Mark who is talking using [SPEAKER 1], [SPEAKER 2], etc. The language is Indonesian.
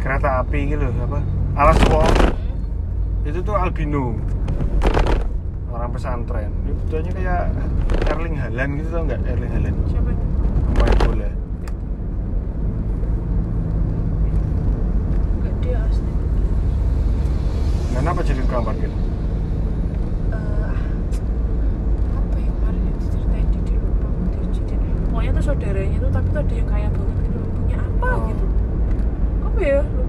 [SPEAKER 1] kereta api gitu loh apa alas wong itu tuh albino orang pesantren dia betulnya kayak Erling Haaland gitu tau nggak Erling Haaland
[SPEAKER 2] siapa itu?
[SPEAKER 1] pemain bola
[SPEAKER 2] Enggak dia asli.
[SPEAKER 1] kenapa jadi gitu? tukang parkir
[SPEAKER 2] Eh, apa ya kemarin yang diceritain di di lupa aku diceritain. Pokoknya tuh saudaranya tuh tapi tuh ada yang kaya banget gitu loh. Punya apa
[SPEAKER 1] Oh.
[SPEAKER 2] gitu? Apa ya?